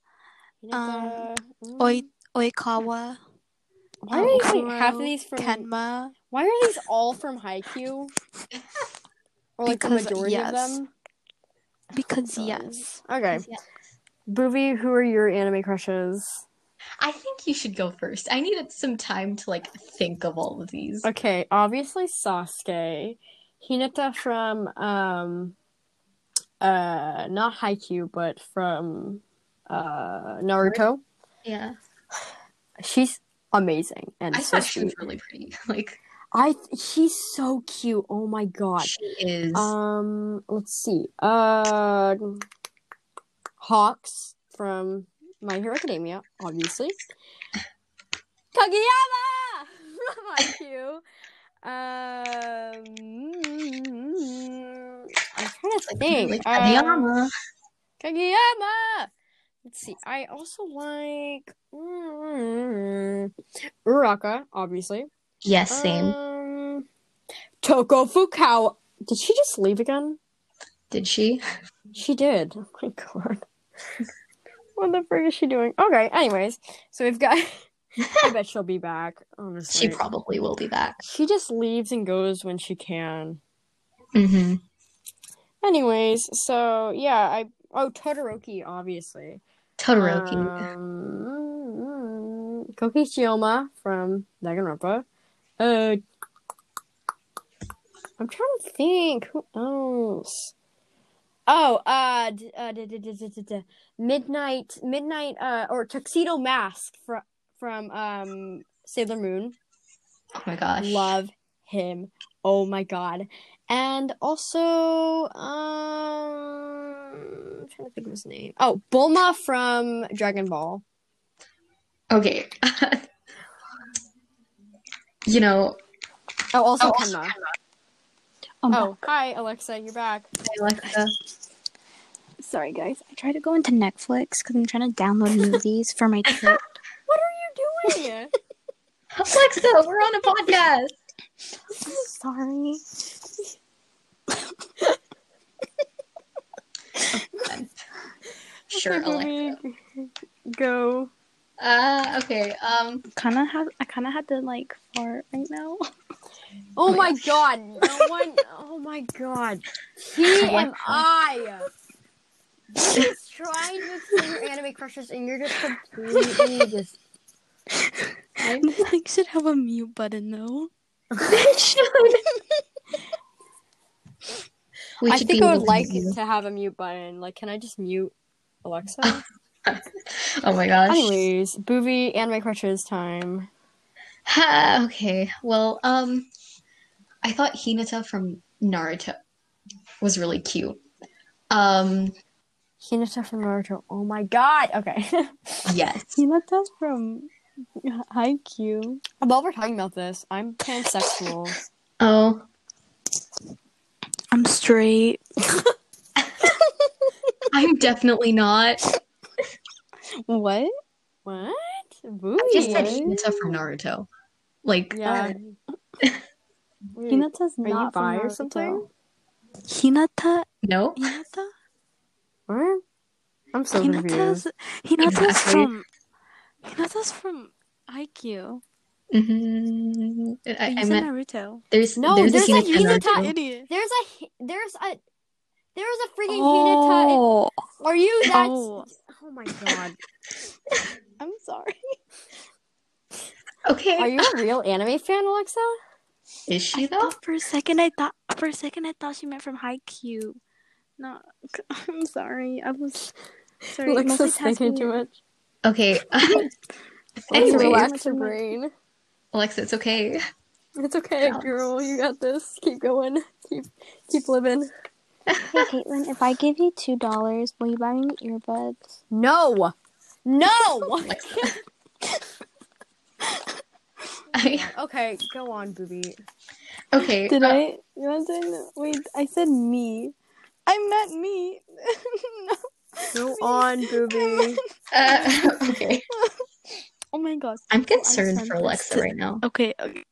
S1: Hinata, mm.
S2: Oi- Oikawa,
S1: Why are these, like,
S2: Kuro,
S1: half of these from?
S2: Kenma.
S1: Why are these all from Haikyuu? Or like
S2: Because
S1: the majority
S2: yes.
S1: of them.
S2: Because
S1: Um,
S2: yes.
S1: Okay,
S3: Yeah.
S1: Boobie, who are your anime crushes?
S3: I think you should go first. I needed some time to like think of all of these.
S1: Okay, obviously Sasuke, Hinata from um, uh, not Haikyuu, but from uh Naruto.
S3: Yeah,
S1: She's amazing and
S3: I
S1: so
S3: thought she was
S1: cute.
S3: really pretty. Like
S1: I she's so cute. Oh my god.
S3: she is.
S1: Um, let's see. Uh, Hawks from My Hero Academia, obviously. Kageyama from IQ. Um, I'm trying to
S3: like,
S1: think.
S3: like
S1: Uh,
S3: Kageyama.
S1: Kageyama. Let's see. I also like mm, Uraka, obviously.
S3: Yes,
S1: uh,
S3: same.
S1: Um, Toko Fukawa. Did she just leave again?
S3: Did she?
S1: She did. Oh my god. what the frick is she doing? Okay, anyways. So we've got I bet she'll be back, honestly.
S3: She probably will be back.
S1: she just leaves and goes when she can.
S3: Mm-hmm.
S1: Anyways, so yeah, I oh Todoroki, obviously. Uh,
S3: Todoroki.
S1: Um, Kokishiyama from Danganronpa. Uh, I'm trying to think. Who else? Oh, uh, d- uh d- d- d- d- d- d- Midnight, Midnight, uh, or Tuxedo Mask from from um Sailor Moon.
S3: oh my gosh.
S1: Love him. Oh my god. And also, um, I'm trying to think of his name. Oh, Bulma from Dragon Ball.
S3: Okay. you know,
S1: Oh, also
S3: Oh, also
S1: Kenma.
S2: Oh, my-
S1: Oh, hi Alexa, you're back.
S3: Alexa.
S2: sorry guys. I tried to go into Netflix because I'm trying to download movies for my trip.
S1: What are you doing?
S3: Alexa, we're on a podcast.
S2: sorry.
S3: Sure, Alexa.
S1: Go.
S3: Uh, okay. Um,
S2: Kind of have. I kind of had to like fart right now.
S1: Oh my god. No one. Oh my god. TMI. Just trying to explain your anime crushes, and you're just completely just.
S3: I
S2: Netflix should have a mute button though.
S3: we
S1: I
S3: should
S1: think
S3: be
S1: I would
S3: able
S1: like
S3: to-
S1: to have a mute button. Like, can I just mute Alexa?
S3: Oh my gosh.
S1: Anyways, Boovie anime crushes time.
S3: Ha, okay. Well, um, I thought Hinata from Naruto was really cute. Um,
S1: Hinata from Naruto. Oh my god. Okay.
S3: yes.
S2: Hinata's from Haikyuu.
S1: While we're talking about this, I'm pansexual.
S3: Oh,
S2: I'm straight.
S3: I'm definitely not.
S2: What?
S1: What? Boovie.
S3: I just said Hinata from Naruto. Like,
S1: Yeah. Wait,
S2: Hinata's
S1: are Um, you
S2: not
S1: bi
S2: from
S1: or
S2: Naruto.
S1: something?
S2: Hinata.
S3: no.
S2: Hinata.
S1: What? I'm so
S2: Hinata's.
S1: confused.
S2: Hinata's
S3: Exactly.
S2: from. Hinata's from Haikyuu.
S3: hmm I, I
S2: He's in
S3: meant
S2: Naruto.
S3: there's
S1: No,
S3: there's,
S1: there's
S3: a
S1: a
S3: Hinata. in
S1: Hinata
S3: Naruto.
S2: Idiot.
S1: There's a hi- there's a there's a freaking Hinata.
S2: Oh.
S1: in- Are you that?
S2: Oh.
S1: oh my god.
S2: I'm sorry.
S3: Okay.
S1: Are you a real anime fan, Alexa?
S3: Is she
S2: Oh,
S3: though?
S2: for a second, I thought. For a second, I thought she meant from Haikyuu. No, I'm sorry. I was sorry.
S1: Alexa's thinking
S2: multitasking.
S1: too much.
S3: Okay.
S1: Let's
S3: Anyways.
S1: relax your brain.
S3: Alexa, it's okay.
S1: It's okay,
S3: Yeah.
S1: girl. You got this. Keep going. Keep keep living.
S2: Hey Caitlin, if I give you two dollars, will you buy me earbuds?
S1: No, no.
S3: I,
S1: okay, go on, booby.
S3: okay.
S2: Did
S3: uh,
S2: I? You want to wait? I said me. I'm not me. no.
S1: Go on, booby.
S3: Uh, okay.
S2: Oh my gosh.
S3: I'm concerned
S2: sent
S3: for
S2: this
S3: Alexa
S2: to-
S3: right now.
S2: Okay. Okay.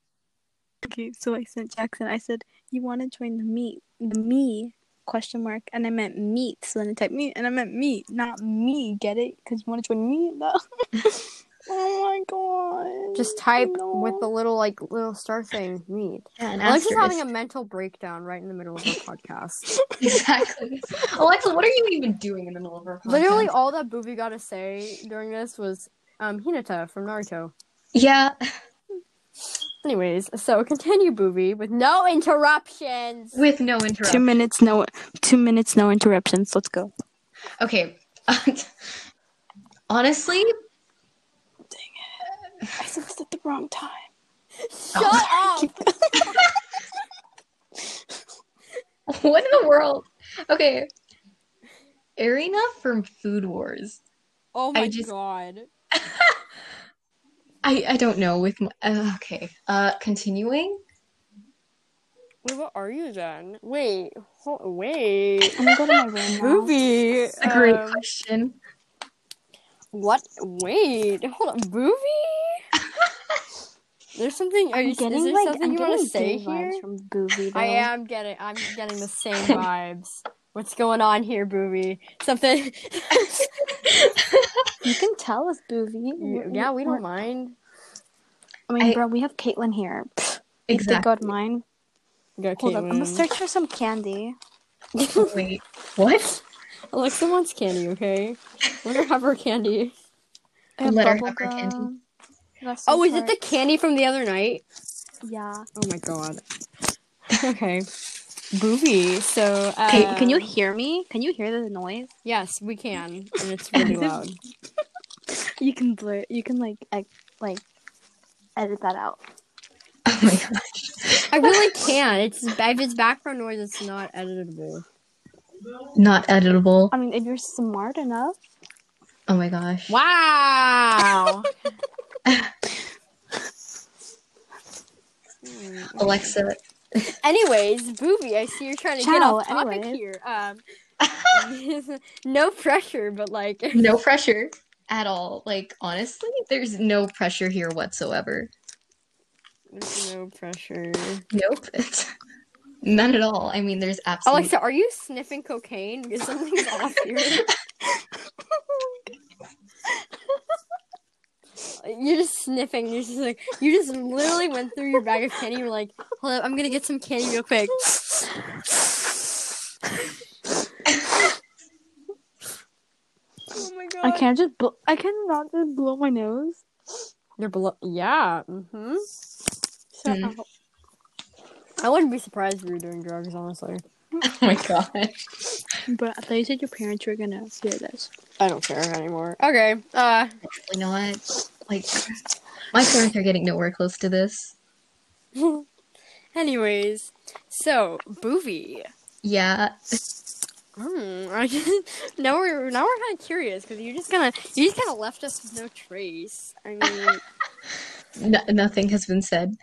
S2: Okay. So I sent Jackson. I said you want to join the me, the me question mark, and I meant meat. So then I typed meat, and I meant meat, not me. Get it? Because you want to join me, though. oh my god!
S1: Just type with
S2: No.
S1: the little like little star thing. Meat.
S3: Yeah, an
S1: Alexa's
S3: asterisk.
S1: having a mental breakdown right in the middle of our podcast.
S3: exactly. Alexa, what are you even doing in the middle of our podcast?
S1: Literally, all that Booby got to say during this was um, Hinata from Naruto.
S3: Yeah.
S1: Anyways, so continue, Booby, with no interruptions.
S3: With no
S2: Two
S3: interruption.
S2: minutes, no, two minutes, no interruptions. Let's go.
S3: Okay. Honestly,
S2: I was at the wrong time.
S1: Shut up!
S3: what in the world? Okay. Arena from Food Wars.
S1: Oh
S3: I
S1: my
S3: just-
S1: god.
S3: I I don't know with my, uh, okay. Uh continuing.
S1: Wait, what are you then? Wait, hold, wait.
S2: I'm gonna go to Oh my room now.
S1: Booby.
S3: It's a great
S1: um,
S3: question.
S1: What? Wait, hold on, Booby. There's something. Are you? is there something you want to say here?
S2: from Booby.
S1: I am getting. I'm getting the same vibes. What's going on here, Booby? Something.
S2: You can tell us, Booby.
S1: yeah, we don't mind.
S2: I mean,
S3: I-
S2: bro, we have Caitlin here.
S3: Exactly.
S2: Got mine.
S1: Okay,
S2: Hold up, I'm gonna search for some candy.
S3: Wait. What?
S1: Alexa wants candy. Okay, let her have her candy.
S2: I have
S3: Let her
S2: bubble
S3: have her candy.
S2: gum. I got some
S1: Oh, is it the
S2: sort-
S1: candy from the other night?
S2: Yeah.
S1: Oh my god. Okay, Booby. So.
S2: Okay, can you
S1: um,
S2: hear me? Can you hear the noise?
S1: Yes, we can, and it's really loud.
S2: You can blur. You can like, ex- like, edit that out.
S3: Oh my god.
S1: I really can. It's if it's background noise, it's not editable.
S3: Not editable.
S2: I mean, if you're smart enough.
S3: Oh my gosh.
S1: Wow. Hmm.
S3: Alexa.
S1: Anyways, Booby, I see you're trying to get
S2: Ciao,
S1: off topic
S2: anyways.
S1: here. Um, no pressure, but like,
S3: No pressure at all. Like honestly, there's no pressure here whatsoever.
S1: there's no pressure.
S3: Nope. None at all. Oh, I mean, there's absolutely
S1: Alexa, are you sniffing cocaine? Because something's off here. You're just sniffing. You're just like you just literally went through your bag of candy. You're like, hold up, I'm gonna get some candy real quick. oh my god!
S2: I can't just. Bl- I cannot just blow my nose.
S1: You're below. Yeah. Mm-hmm. Hmm.
S2: Shut
S3: Mm.
S2: up.
S1: I wouldn't be surprised if you were doing drugs, honestly.
S3: Oh my gosh.
S2: Bro, I thought you said your parents were gonna hear this.
S1: I don't care anymore. Okay. Uh.
S3: You know what? Like my parents are getting nowhere close to this.
S1: Anyways, so Boovie.
S3: Yeah.
S1: Hmm. I just now we're now we're kind of curious because you just kind of you just kind of left us with no trace. I mean,
S3: N- nothing has been said.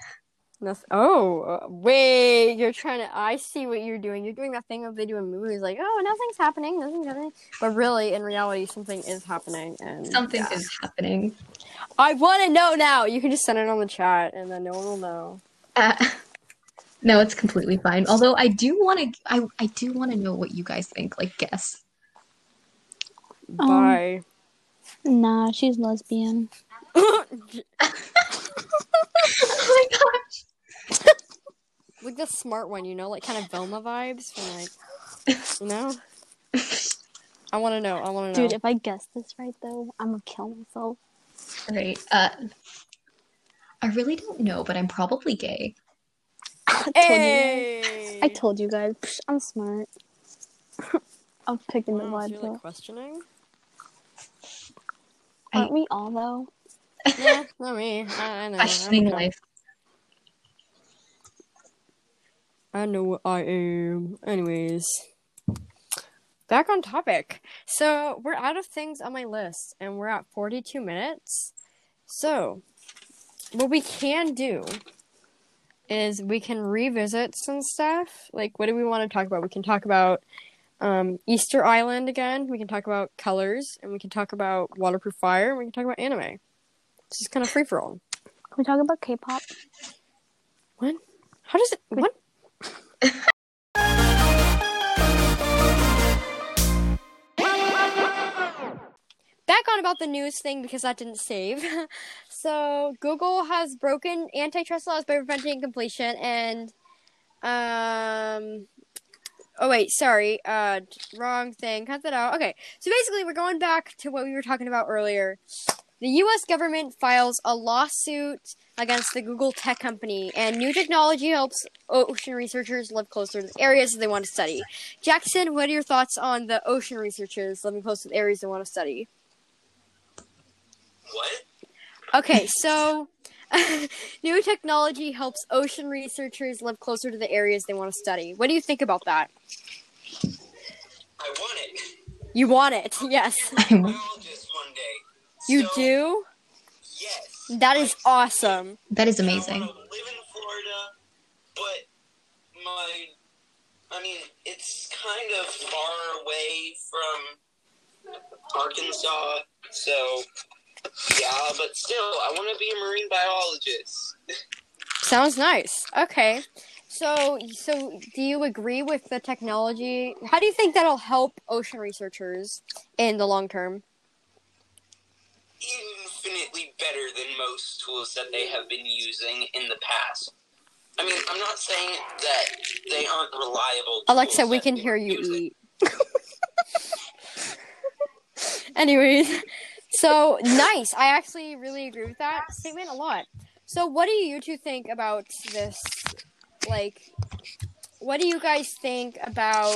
S1: nothing. Oh, uh, wait. You're trying to. I see what you're doing. You're doing that thing of they do in movies, like, oh, nothing's happening, nothing's happening. But really, in reality, something is happening, and
S3: Something is happening.
S1: I want to know now. You can just send it on the chat, and then no one will know.
S3: Uh, no, it's completely fine. Although I do want to, I, I do want to know what you guys think. Like, guess.
S2: Um.
S1: Bye.
S2: Nah, she's lesbian.
S3: Oh my gosh.
S1: like the smart one, you know, like kind of Velma vibes from like, you know. I want to know. I want to know.
S2: Dude, if I guess this right though, I'm gonna kill myself.
S3: All right. Uh, I really don't know, but I'm probably gay.
S2: I told
S1: hey!
S2: you. I told you guys. Psh, I'm smart. I'm picking the
S1: Wow, so
S2: vibe
S1: you're, like,
S2: though.
S1: questioning.
S2: Aren't we all though?
S1: yeah, not me. I, I know.
S3: Questioning
S1: I'm-
S3: life.
S1: I know what I am. Anyways, back on topic. So we're out of things on my list, and we're at 42 minutes. So, what we can do is we can revisit some stuff. Like, what do we want to talk about? We can talk about um, Easter Island again. We can talk about colors, and we can talk about waterproof fire. And we can talk about anime. It's just kind of free for all.
S2: Can we talk about K-pop?
S1: What? How does it? What? about the news thing because that didn't save. so Google has broken antitrust laws by preventing completion and um oh wait, sorry. Uh wrong thing. Cut that out. Okay. So basically we're going back to what we were talking about earlier. The US government files a lawsuit against the Google tech company and new technology helps ocean researchers live closer to the areas that they want to study. Jackson, what are your thoughts on the ocean researchers living close to the areas they want to study?
S6: What?
S1: Okay, so new technology helps ocean researchers live closer to the areas they want to study. What do you think about that?
S6: I want it.
S1: You want it, yes.
S3: I
S6: We
S3: want-
S6: all just one day.
S1: You
S6: So,
S1: do?
S6: Yes.
S1: That is awesome.
S3: that is
S6: I
S3: amazing.
S6: want to live in Florida, but my, I mean, it's kind of far away from Arkansas, so yeah. But still, I want to be a marine biologist.
S1: Sounds nice. Okay. So, so do you agree with the technology? How do you think that'll help ocean researchers in the long term?
S6: Infinitely better than most tools that they have been using in the past. I mean, I'm not saying that they aren't reliable.
S1: Alexa,
S6: tools
S1: we
S6: that
S1: can
S6: they
S1: hear
S6: were
S1: you
S6: using.
S1: eat. Anyways, so nice. I actually really agree with that statement a lot. So, what do you two think about this? Like, what do you guys think about?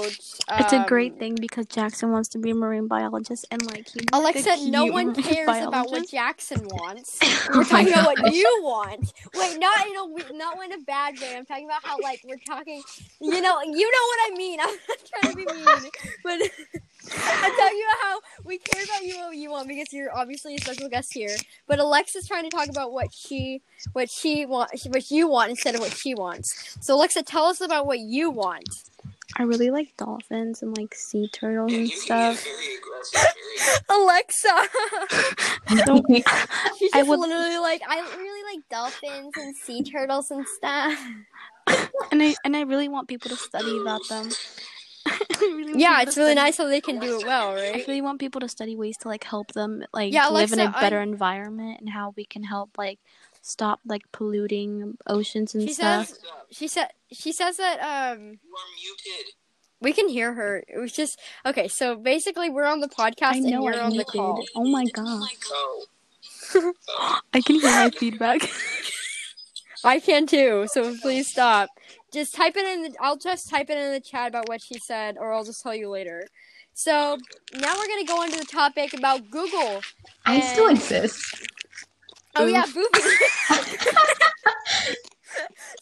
S1: Um,
S2: it's a great thing because Jackson wants to be a marine biologist and like he.
S1: Alexa, no
S2: you
S1: one
S2: marine
S1: cares about what
S2: biologist?
S1: Jackson wants. We're
S3: Oh my
S1: talking about
S3: gosh.
S1: what you want. Wait, not in a we- not in a bad way. I'm talking about how like we're talking. You know, you know what I mean. I'm not trying to be mean, but I'm talking about how we care about you what you want because you're obviously a special guest here. But Alexa's trying to talk about what she what she wants what you want instead of what she wants. So Alexa, tell us about what you want.
S2: I really like dolphins and like sea turtles
S6: Yeah,
S2: and
S6: you can get
S2: stuff.
S6: very aggressive, very
S1: Alexa, she's just
S2: I would-
S1: literally like I really like dolphins and sea turtles and stuff.
S2: And I and I really want people to study about them. I really want
S1: Yeah,
S2: people
S1: it's
S2: to
S1: really
S2: study-
S1: nice how they can do it well,
S2: I
S1: right?
S2: really want people to study ways to like help them like
S1: Yeah,
S2: live in a
S1: Alexa,
S2: better environment and how we can help like stop like polluting oceans and
S1: She
S2: stuff.
S1: says she said she says that um
S6: You are muted.
S1: we can hear her. It was just okay. So basically, we're on the podcast
S2: I
S1: and
S2: know
S1: you're
S2: I
S1: on the
S2: muted.
S1: call.
S2: Oh my god.
S6: Oh.
S2: I can hear my feedback.
S1: I can too. So please stop. Just type it in. The, I'll just type it in the chat about what she said, or I'll just tell you later. So now we're gonna go into the topic about Google.
S3: I still
S1: And-
S3: exist.
S1: Oh yeah, boofy.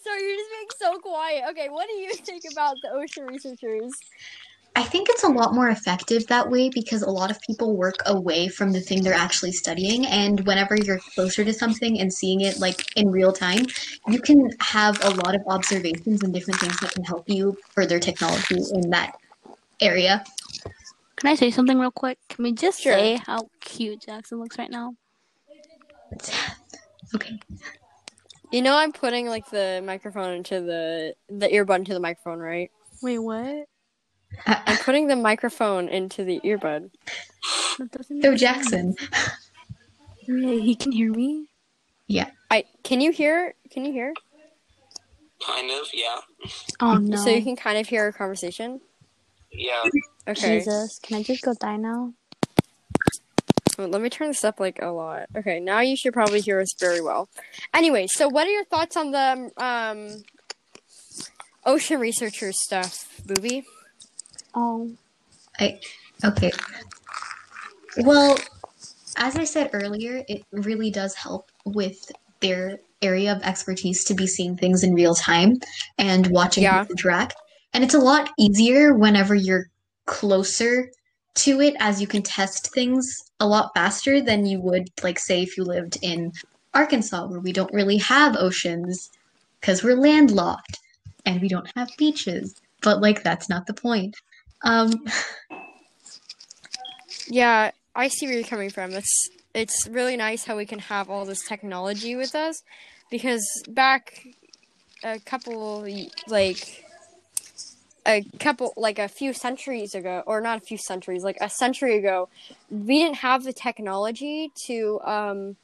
S1: Sorry, you're just being so quiet. Okay, what do you think about the ocean researchers?
S3: I think it's a lot more effective that way because a lot of people work away from the thing they're actually studying. And whenever you're closer to something and seeing it like in real time, you can have a lot of observations and different things that can help you further technology in that area.
S2: Can I say something real quick? Can we just
S1: Sure.
S2: say how cute Jackson looks right now?
S3: Okay.
S1: You know I'm putting like the microphone into the the earbud into the microphone, right?
S2: Wait, what?
S1: I'm putting the microphone into the earbud.
S2: That doesn't
S3: Go
S2: make
S3: Jackson.
S2: sense. Wait, he can hear me?
S1: I can you hear? Can you hear?
S6: Kind of, yeah.
S2: Oh no.
S1: So you can kind of hear our conversation.
S6: Yeah.
S1: Okay.
S2: Jesus, can I just go die now?
S1: Well, Let me turn this up like a lot. Okay, now you should probably hear us very well. Anyway, so what are your thoughts on the um ocean researchers stuff, Booby?
S2: Oh.
S3: I, okay. Well, as I said earlier, it really does help with their area of expertise to be seeing things in real time and watching
S1: Yeah.
S3: people interact. And it's a lot easier whenever you're closer to it, as you can test things a lot faster than you would, like, say, if you lived in Arkansas, where we don't really have oceans because we're landlocked and we don't have beaches. But, like, that's not the point. Um,
S1: Yeah, I see where you're coming from. It's it's really nice how we can have all this technology with us, because back a couple like a couple like a few centuries ago or not a few centuries like a century ago we didn't have the technology to um,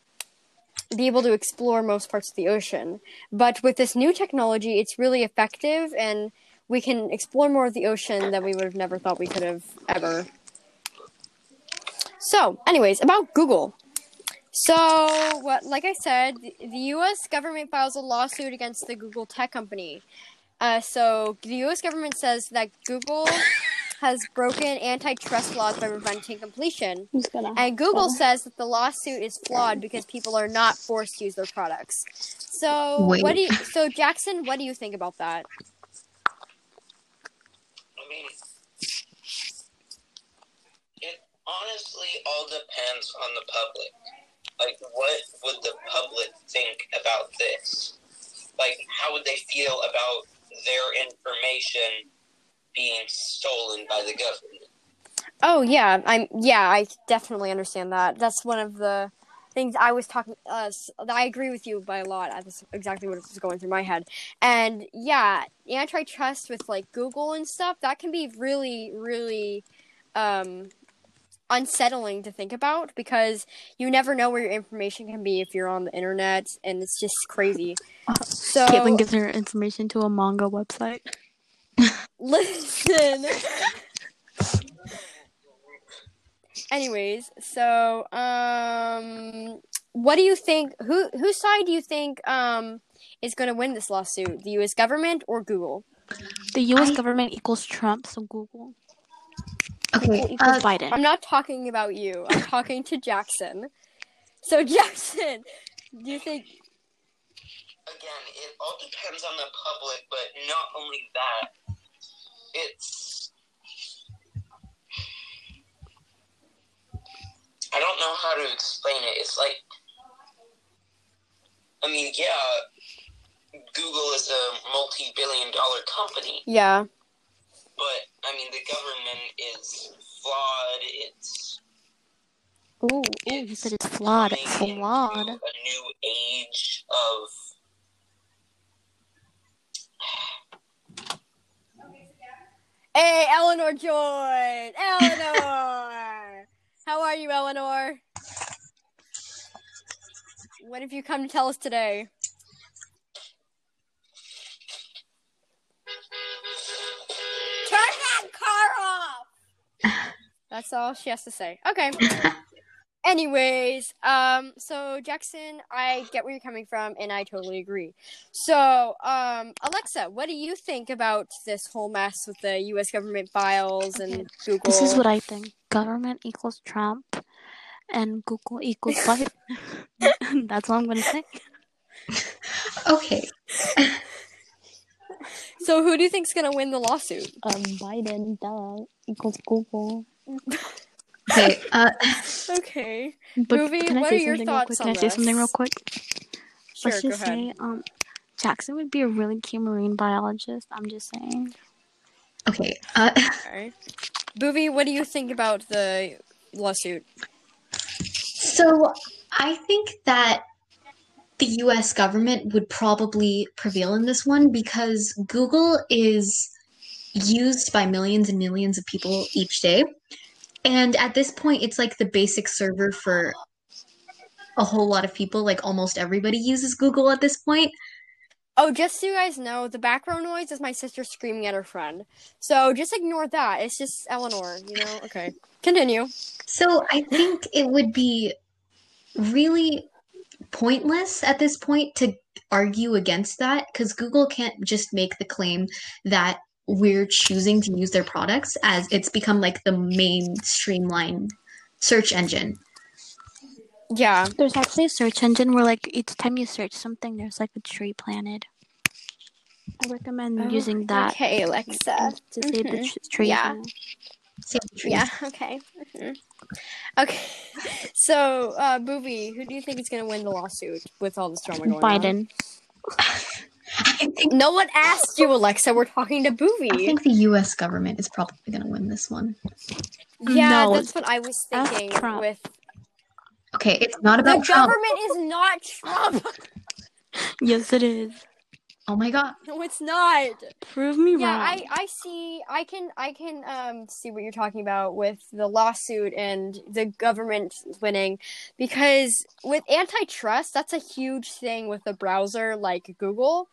S1: be able to explore most parts of the ocean but with this new technology it's really effective and we can explore more of the ocean than we would have never thought we could have ever so anyways about google so, what, like I said, the- the U.S. government files a lawsuit against the Google tech company. Uh, so, the U.S. government says that Google has broken antitrust laws by preventing completion,
S2: Who's gonna?
S1: and Google says that the lawsuit is flawed because people are not forced to use their products. So, what
S3: Wait.
S1: do you, so Jackson? What do you think about that?
S6: I mean, it honestly all depends on the public. Like, what would the public think about this? Like, how would they feel about their information being stolen by the government?
S1: Oh yeah, I'm yeah, I definitely understand that. That's one of the things I was talking uh s- I agree with you by a lot. That's exactly what was going through my head. And yeah, antitrust with like Google and stuff, that can be really really um unsettling to think about because you never know where your information can be if you're on the internet and it's just crazy. So
S2: Caitlin gives her information to a manga website.
S1: Listen. Anyways, so um what do you think who whose side do you think um is going to win this lawsuit? The US government or Google?
S2: The U.S.
S3: I-
S2: government equals Trump, so Google
S3: Okay.
S2: equals
S3: Uh,
S2: Biden.
S1: I'm not talking about you. I'm talking to Jackson. So Jackson, do you think
S6: Again, it all depends on the public, but not only that, it's. I don't know how to explain it. It's like. I mean, yeah, Google is a multi billion dollar company,
S1: yeah.
S6: but I mean, the government is flawed. It's.
S2: Ooh, ooh, he said it's flawed. It's
S6: coming into
S2: flawed.
S6: A new age of.
S1: Hey, Eleanor joined. Eleanor. How are you, Eleanor? What have you come to tell us today? Turn that car off. That's all she has to say. Okay. Anyways, um, so Jackson, I get where you're coming from, and I totally agree. So, um, Alexa, what do you think about this whole mess with the U.S. government files and
S2: Okay,
S1: Google?
S2: This is what I think. Government equals Trump, and Google equals Biden. That's all I'm gonna say.
S3: okay.
S1: so, who do you think's gonna win the lawsuit?
S2: Um, Biden duh, equals Google.
S3: Okay. Uh,
S1: Okay,
S2: But
S1: Movie,
S2: can I
S1: what
S2: say
S1: are your
S2: something real
S1: thoughts
S2: quick? Can
S1: on
S2: I say something
S1: this?
S2: real quick?
S1: sure,
S2: Let's
S1: go
S2: just
S1: ahead.
S2: say, um, Jackson would be a really cute marine biologist. I'm just saying.
S3: okay. Uh,
S1: Okay, Boovie, what do you think about the lawsuit?
S3: so I think that the US government would probably prevail in this one because Google is used by millions and millions of people each day. And at this point, it's like the basic server for a whole lot of people. Like almost everybody uses Google at this point.
S1: Oh, just so you guys know, the background noise is my sister screaming at her friend. So just ignore that. It's just Eleanor, you know? Okay. Continue.
S3: So I think it would be really pointless at this point to argue against that because Google can't just make the claim that we're choosing to use their products as it's become like the main streamlined search engine.
S1: Yeah.
S2: There's actually a search engine where, like, each time you search something, there's like a tree planted. I recommend using that.
S1: Oh, Okay, Alexa.
S2: to save the
S1: Mhm.
S2: tr- trees.
S1: Yeah.
S2: now.
S3: Save the trees.
S1: Yeah, okay. Mhm. Okay. So, uh, Boovie, who do you think is going to win the lawsuit with all this drama going on?
S2: Biden.
S3: I think
S1: No one asked you, Alexa. We're talking to
S3: I
S1: Boovie.
S3: think the US government is probably going to win this one.
S1: Yeah,
S2: No.
S1: that's what I was
S2: Ask
S1: thinking
S2: Trump.
S1: with.
S3: Okay, it's not
S1: The
S3: about Trump.
S1: government is not Trump.
S2: Yes, it is.
S3: Oh my god.
S1: No, it's not.
S2: Prove me
S1: Yeah,
S2: wrong.
S1: I, I see. I can I can um see what you're talking about with the lawsuit and the government winning, because with antitrust, that's a huge thing with a browser like Google.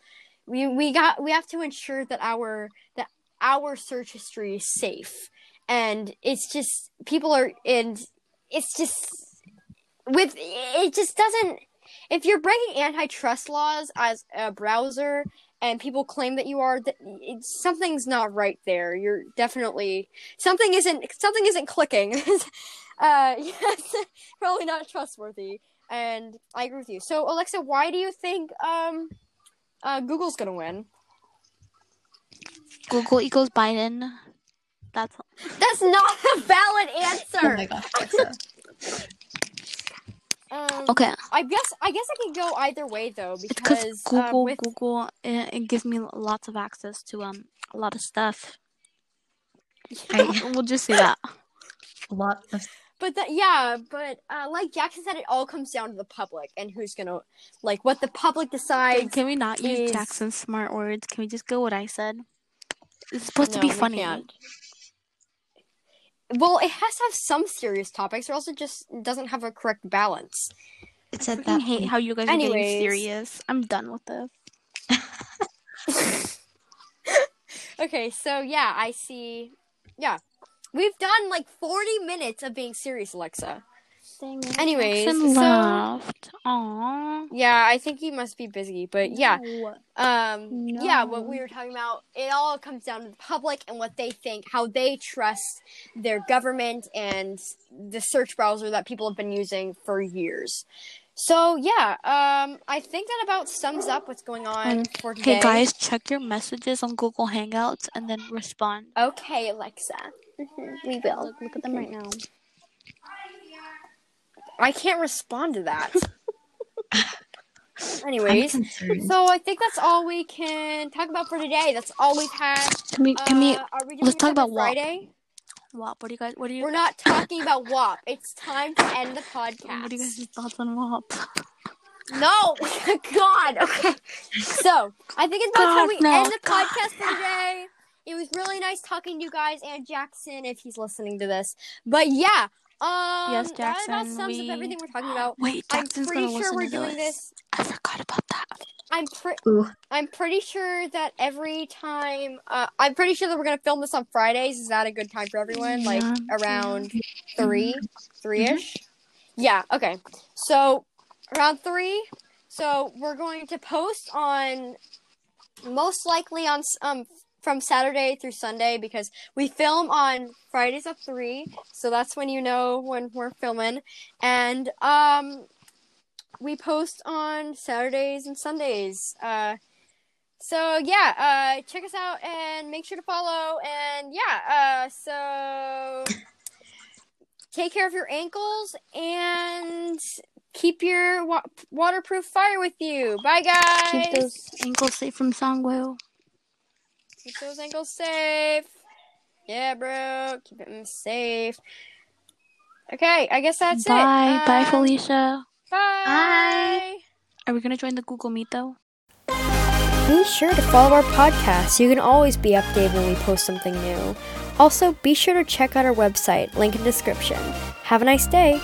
S1: We we got we have to ensure that our that our search history is safe, and it's just people are and it's just with it just doesn't. If you're breaking antitrust laws as a browser, and people claim that you are that it's, something's not right there you're definitely something isn't something isn't clicking uh yes probably not trustworthy and i agree with you so alexa why do you think um uh google's gonna win
S2: Google equals Biden. That's
S1: that's not a valid
S3: Oh
S1: answer
S3: my gosh, Alexa.
S1: um,
S2: okay.
S1: i guess i guess i could go either way though
S2: It's because uh,
S1: because um,
S2: Google,
S1: with
S2: Google, eh, it, it gives me lots of access to um a lot of stuff.
S3: I
S2: We'll just say that.
S3: a lot of
S1: But that, yeah, but uh, like Jackson said, it all comes down to the public and who's gonna, like, what the public
S2: Can,
S1: decides.
S2: can we not use
S1: is-
S2: Jackson's smart words? Can we just go what I said? It's supposed to
S1: No,
S2: be
S1: we
S2: funny.
S1: can't. Well, it has to have some serious topics, or else it just doesn't have a correct balance.
S3: it
S2: I
S3: said
S2: freaking
S3: that
S2: hate
S3: point.
S2: how you guys are
S1: Anyways.
S2: getting serious. I'm done with this.
S1: Okay, so yeah, I see. Yeah, we've done like forty minutes of being serious, Alexa.
S2: Dang it.
S1: Anyways,
S2: Jackson
S1: so-
S2: left. Aww.
S1: Yeah, I think he must be busy, but yeah, um, yeah, what
S2: No.
S1: we were talking about, it all comes down to the public and what they think, how they trust their government and the search browser that people have been using for years. So yeah, um, I think that about sums up what's going on
S2: Um,
S1: for today.
S2: Hey guys, check your messages on Google Hangouts and then respond.
S1: Okay, Alexa.
S2: Mm-hmm. We will. Look, look at them right now.
S1: I can't respond to that.
S3: I'm
S1: Anyways,
S3: concerned.
S1: so I think that's all we can talk about for today. That's all we've had.
S2: Can we? Can we?
S1: Uh, are we doing
S2: let's
S1: a
S2: talk
S1: separate
S2: about WAP.
S1: Friday?
S2: WAP. What do you guys? What do you?
S1: We're not talking about WAP. It's time to end the podcast.
S2: What are you guys' thoughts on WAP?
S1: No, God. Okay. So I think it's about
S2: God,
S1: time we
S2: no.
S1: end the
S2: God,
S1: podcast for today. It was really nice talking to you guys and Jackson if he's listening to this. But yeah, um,
S2: Yes,
S1: That about
S2: Jackson,
S1: sums
S2: we-
S1: up everything we're talking about.
S2: Wait, Jackson's
S1: I'm pretty
S2: gonna
S1: sure
S2: listen
S1: we're
S2: to
S1: doing
S2: this.
S1: this.
S2: I forgot about that.
S1: I'm pretty.
S3: Ooh,
S1: I'm pretty sure that every time, uh, I'm pretty sure that we're gonna film this on Fridays. Is that a good time for everyone? Like
S2: Yeah.
S1: around three, three ish. Yeah. Okay. So around three. So we're going to post on most likely on s- um from Saturday through Sunday because we film on Fridays at three. So that's when you know when we're filming, and um, we post on Saturdays and Sundays. Uh. So yeah, uh, check us out and make sure to follow. And yeah, uh, so take care of your ankles and keep your wa- waterproof fire with you. Bye guys.
S2: Keep those ankles safe from Songwoo.
S1: Keep those ankles safe. Yeah, bro. Keep them safe. Okay, I guess that's it.
S2: Bye, bye,
S1: Um,
S2: Felicia.
S1: Bye.
S2: Are we gonna join the Google Meet though?
S1: Be sure to follow our podcast so you can always be updated when we post something new. Also, be sure to check out our website, link in description. Have a nice day.